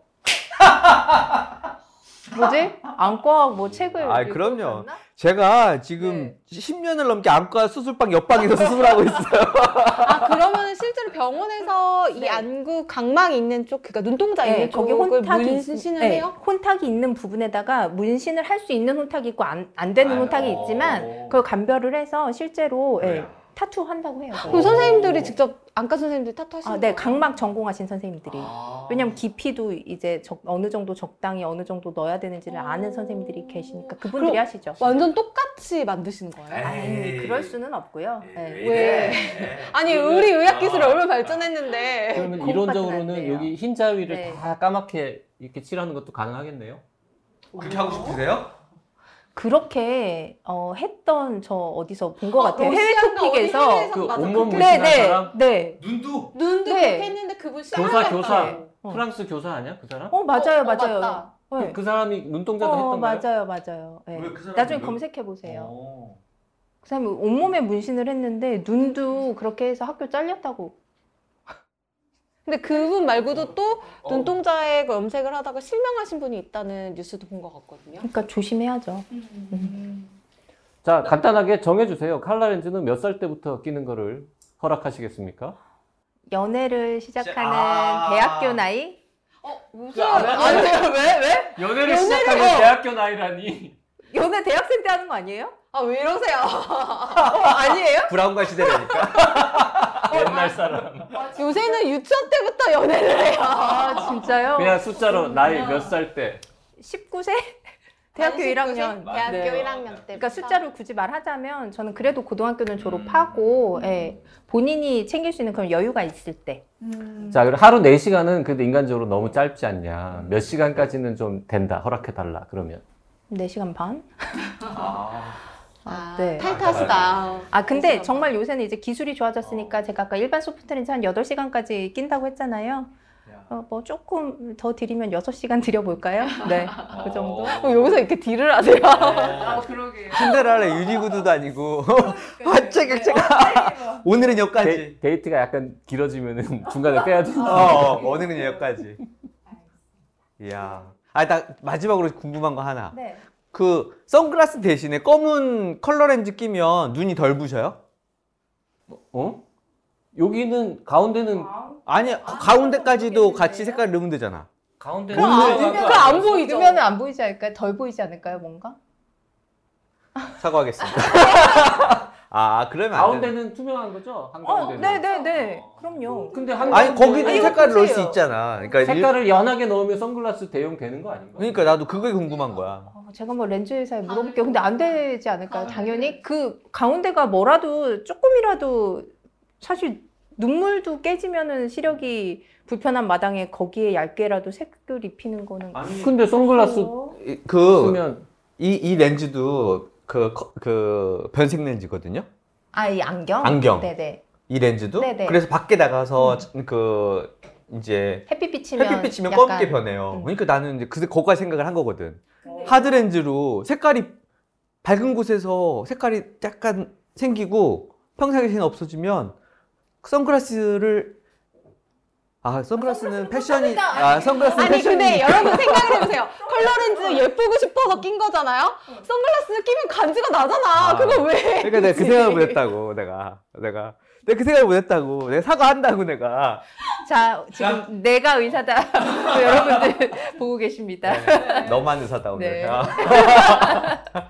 Speaker 1: 뭐지? 안과 뭐 책을
Speaker 3: 아이,
Speaker 1: 읽고
Speaker 3: 그럼요.
Speaker 1: 그러나?
Speaker 3: 제가 지금
Speaker 1: 네.
Speaker 3: 10년을 넘게 안과 수술방 옆방에서 수술하고 있어요.
Speaker 4: 아, *laughs* 그러면 실제로 병원에서 이
Speaker 1: 네.
Speaker 4: 안구 각막 있는 쪽, 그러니까 눈동자
Speaker 1: 네,
Speaker 4: 있는
Speaker 1: 거기
Speaker 4: 쪽을
Speaker 1: 혼탁이 있-
Speaker 4: 문신을
Speaker 1: 네,
Speaker 4: 해요?
Speaker 1: 혼탁이 있는 부분에다가 문신을 할 수 있는 혼탁이 있고 안, 안 되는 혼탁이 있지만 그걸 감별을 해서 실제로 예, 타투 한다고 해요.
Speaker 4: 그럼 선생님들이 직접 안과 선생님들이 타투 하시는
Speaker 1: 아, 네, 각막 전공하신 선생님들이. 왜냐면 깊이도 이제 적- 어느 정도 적당히 어느 정도 넣어야 되는지를 아는 선생님들이 계시니까 그분들이
Speaker 4: 음. 그럼
Speaker 1: 하시죠.
Speaker 4: 완전 똑같이 만드시는 거예요?
Speaker 1: 아니, 그럴 수는 없고요. 예.
Speaker 4: 왜? 아니
Speaker 2: 그
Speaker 4: 우리 의학 기술이 얼마나 발전했는데
Speaker 2: 그러면
Speaker 1: 콩팥은 안
Speaker 2: 이론적으로는
Speaker 1: 돼요.
Speaker 2: 여기 흰자위를
Speaker 1: 네.
Speaker 2: 다 까맣게 이렇게 칠하는 것도 가능하겠네요.
Speaker 3: 그렇게 하고 싶으세요?
Speaker 1: 그렇게 어, 했던 저 어디서 본 것 같아요. 해외
Speaker 4: 러시아인가 어디
Speaker 1: 토픽에서
Speaker 4: 해외에서
Speaker 2: 그
Speaker 4: 맞아,
Speaker 2: 온몸
Speaker 4: 그렇게
Speaker 1: 네,
Speaker 2: 문신한
Speaker 1: 네,
Speaker 2: 사람?
Speaker 1: 네.
Speaker 3: 눈도?
Speaker 4: 눈도
Speaker 1: 네.
Speaker 4: 그렇게 했는데 그분
Speaker 2: 교사, 교사.
Speaker 1: 네. 어.
Speaker 2: 프랑스 교사 아니야? 그 사람?
Speaker 1: 어, 맞아요,
Speaker 4: 어,
Speaker 1: 맞아요.
Speaker 4: 맞다.
Speaker 1: 네.
Speaker 2: 그 사람이 눈동자도
Speaker 1: 어,
Speaker 2: 했던
Speaker 1: 맞아요,
Speaker 2: 거예요?
Speaker 1: 맞아요. 예.
Speaker 3: 왜그 사람은
Speaker 1: 나중에
Speaker 3: 왜-
Speaker 1: 검색해 보세요.
Speaker 3: 어.
Speaker 1: 그 사람이 온몸에 문신을 했는데 눈도 그렇게 해서 학교 잘렸다고.
Speaker 4: 근데 그분 말고도 또
Speaker 2: 어.
Speaker 4: 눈동자에 그 염색을 하다가 실명하신 분이 있다는 뉴스도 본 것 같거든요.
Speaker 1: 그러니까 조심해야죠. 음.
Speaker 2: 자, 간단하게 정해주세요. 칼라렌즈는 몇 살 때부터 끼는 거를 허락하시겠습니까?
Speaker 1: 연애를 시작하는
Speaker 3: 아.
Speaker 1: 대학교 나이?
Speaker 4: 어, 무슨 아니 왜 왜?
Speaker 2: 연애를 시작하면 대학교 나이라니.
Speaker 1: 어, 연애 대학생 때 하는 거 아니에요? 어,
Speaker 4: 아 왜 이러세요? 아니에요?
Speaker 3: 브라운관 시대라니까.
Speaker 1: 아.
Speaker 2: 옛날
Speaker 1: 어.
Speaker 2: 사람.
Speaker 4: 요새는 유치원 때부터 연애를 해요.
Speaker 1: 아, 진짜요?
Speaker 2: 그냥 숫자로
Speaker 1: 음.
Speaker 2: 나이 몇 살 때.
Speaker 1: 19세? 대학교 1학년.
Speaker 4: 대학교
Speaker 1: 아, 네.
Speaker 4: 1학년 때.
Speaker 1: 그러니까 숫자를 굳이 말하자면 저는 그래도
Speaker 2: 음.
Speaker 1: 고등학교는 졸업하고 예, 본인이 챙길 수 있는 그런 여유가 있을 때.
Speaker 2: 자, 그럼 하루 4시간은 근데 인간적으로 너무 짧지 않냐. 몇 시간까지는 좀 된다. 허락해달라. 그러면.
Speaker 1: 네, 4시간 반?
Speaker 4: 아,
Speaker 1: 네.
Speaker 4: 타이트하시다.
Speaker 1: 아, 근데
Speaker 4: 그러시구나.
Speaker 1: 정말 요새는 이제 기술이 좋아졌으니까
Speaker 2: 어.
Speaker 1: 제가 아까 일반 소프트렌즈 한 8시간까지 낀다고 했잖아요. 어, 뭐 조금 더 드리면 6시간 드려볼까요?
Speaker 2: *laughs*
Speaker 1: 네, 그 정도.
Speaker 4: 어, 여기서 이렇게 딜을 하세요.
Speaker 5: 아, 그러게요.
Speaker 3: 신데렐라 유리구두도 아니고. 화채격채가
Speaker 1: 어,
Speaker 3: 오늘은 여기까지.
Speaker 2: 데, 데이트가 약간 길어지면은 *laughs* 중간에 빼야 되는
Speaker 3: 어, 어, 오늘은 여기까지. 이야. 아, 나 마지막으로 궁금한 거 하나.
Speaker 1: *laughs* 네.
Speaker 3: 그 선글라스 대신에 검은 컬러 렌즈 끼면 눈이 덜 부셔요?
Speaker 2: 어? 여기는 가운데는
Speaker 3: 아니 가운데까지도 같이 색깔 넣으면 되잖아.
Speaker 2: 가운데는
Speaker 3: 그거 안
Speaker 2: 들어가고
Speaker 3: 되면-
Speaker 2: 안
Speaker 1: 그러니까 그안
Speaker 2: 들어가고.
Speaker 1: 보이죠? 면안 보이지 않을까요? 덜 보이지 않을까요, 뭔가?
Speaker 3: 사과하겠습니다. 아 그러면 안 되는.
Speaker 2: 가운데는 투명한 거죠?
Speaker 1: 어,
Speaker 2: 한가운데는.
Speaker 1: 네네네. 그럼요.
Speaker 2: 근데 한
Speaker 3: 아니 거기도
Speaker 1: 아니, 이거
Speaker 3: 색깔을 넣을 수
Speaker 1: 보세요.
Speaker 3: 있잖아. 그러니까 일-
Speaker 2: 색깔을 연하게 넣으면 선글라스 대용 되는 거 아닌가?
Speaker 3: 그러니까 나도 그게 궁금한 거야.
Speaker 1: 어, 제가 뭐 렌즈 회사에 물어볼게요. 근데 안 되지 않을까요? 당연히 그 가운데가 뭐라도 조금이라도 사실 눈물도 깨지면은 시력이 불편한 마당에 거기에 얇게라도 색을 입히는 거는
Speaker 2: 아니, 근데 선글라스
Speaker 3: 그러니까 그
Speaker 2: 쓰면
Speaker 3: 이, 이 렌즈도 그, 커- 그 변색 렌즈거든요.
Speaker 1: 아이 안경?
Speaker 3: 안경.
Speaker 1: 네네.
Speaker 3: 이 렌즈도.
Speaker 1: 네네.
Speaker 3: 그래서 밖에 나가서 그 이제
Speaker 1: 햇빛 비치면
Speaker 3: 햇빛 비치면
Speaker 1: 약간-
Speaker 3: 검게 변해요.
Speaker 1: 음.
Speaker 3: 그러니까 나는 이제 그 거기까지 생각을 한 거거든. 하드 렌즈로 색깔이 밝은 곳에서 색깔이 약간 생기고 평상시에는 없어지면 선글라스를 아 선글라스는 패션이 아 선글라스는
Speaker 4: 아니
Speaker 3: 패션이
Speaker 4: 근데 여러분 생각을
Speaker 3: *laughs*
Speaker 4: 해보세요. 컬러렌즈 예쁘고 싶어서 낀 거잖아요. 선글라스 끼면 간지가 나잖아.
Speaker 3: 아.
Speaker 4: 그거 왜?
Speaker 3: 그러니까 내가 그
Speaker 4: 굳이?
Speaker 3: 생각을 못 했다고 내가 내가 내가 그 생각을 못 했다고 내가 사과한다고 내가
Speaker 1: 자 지금 내가 의사다 *laughs* 여러분들 보고 계십니다.
Speaker 3: 아. 너만 의사다 오늘
Speaker 1: 네.
Speaker 3: 아.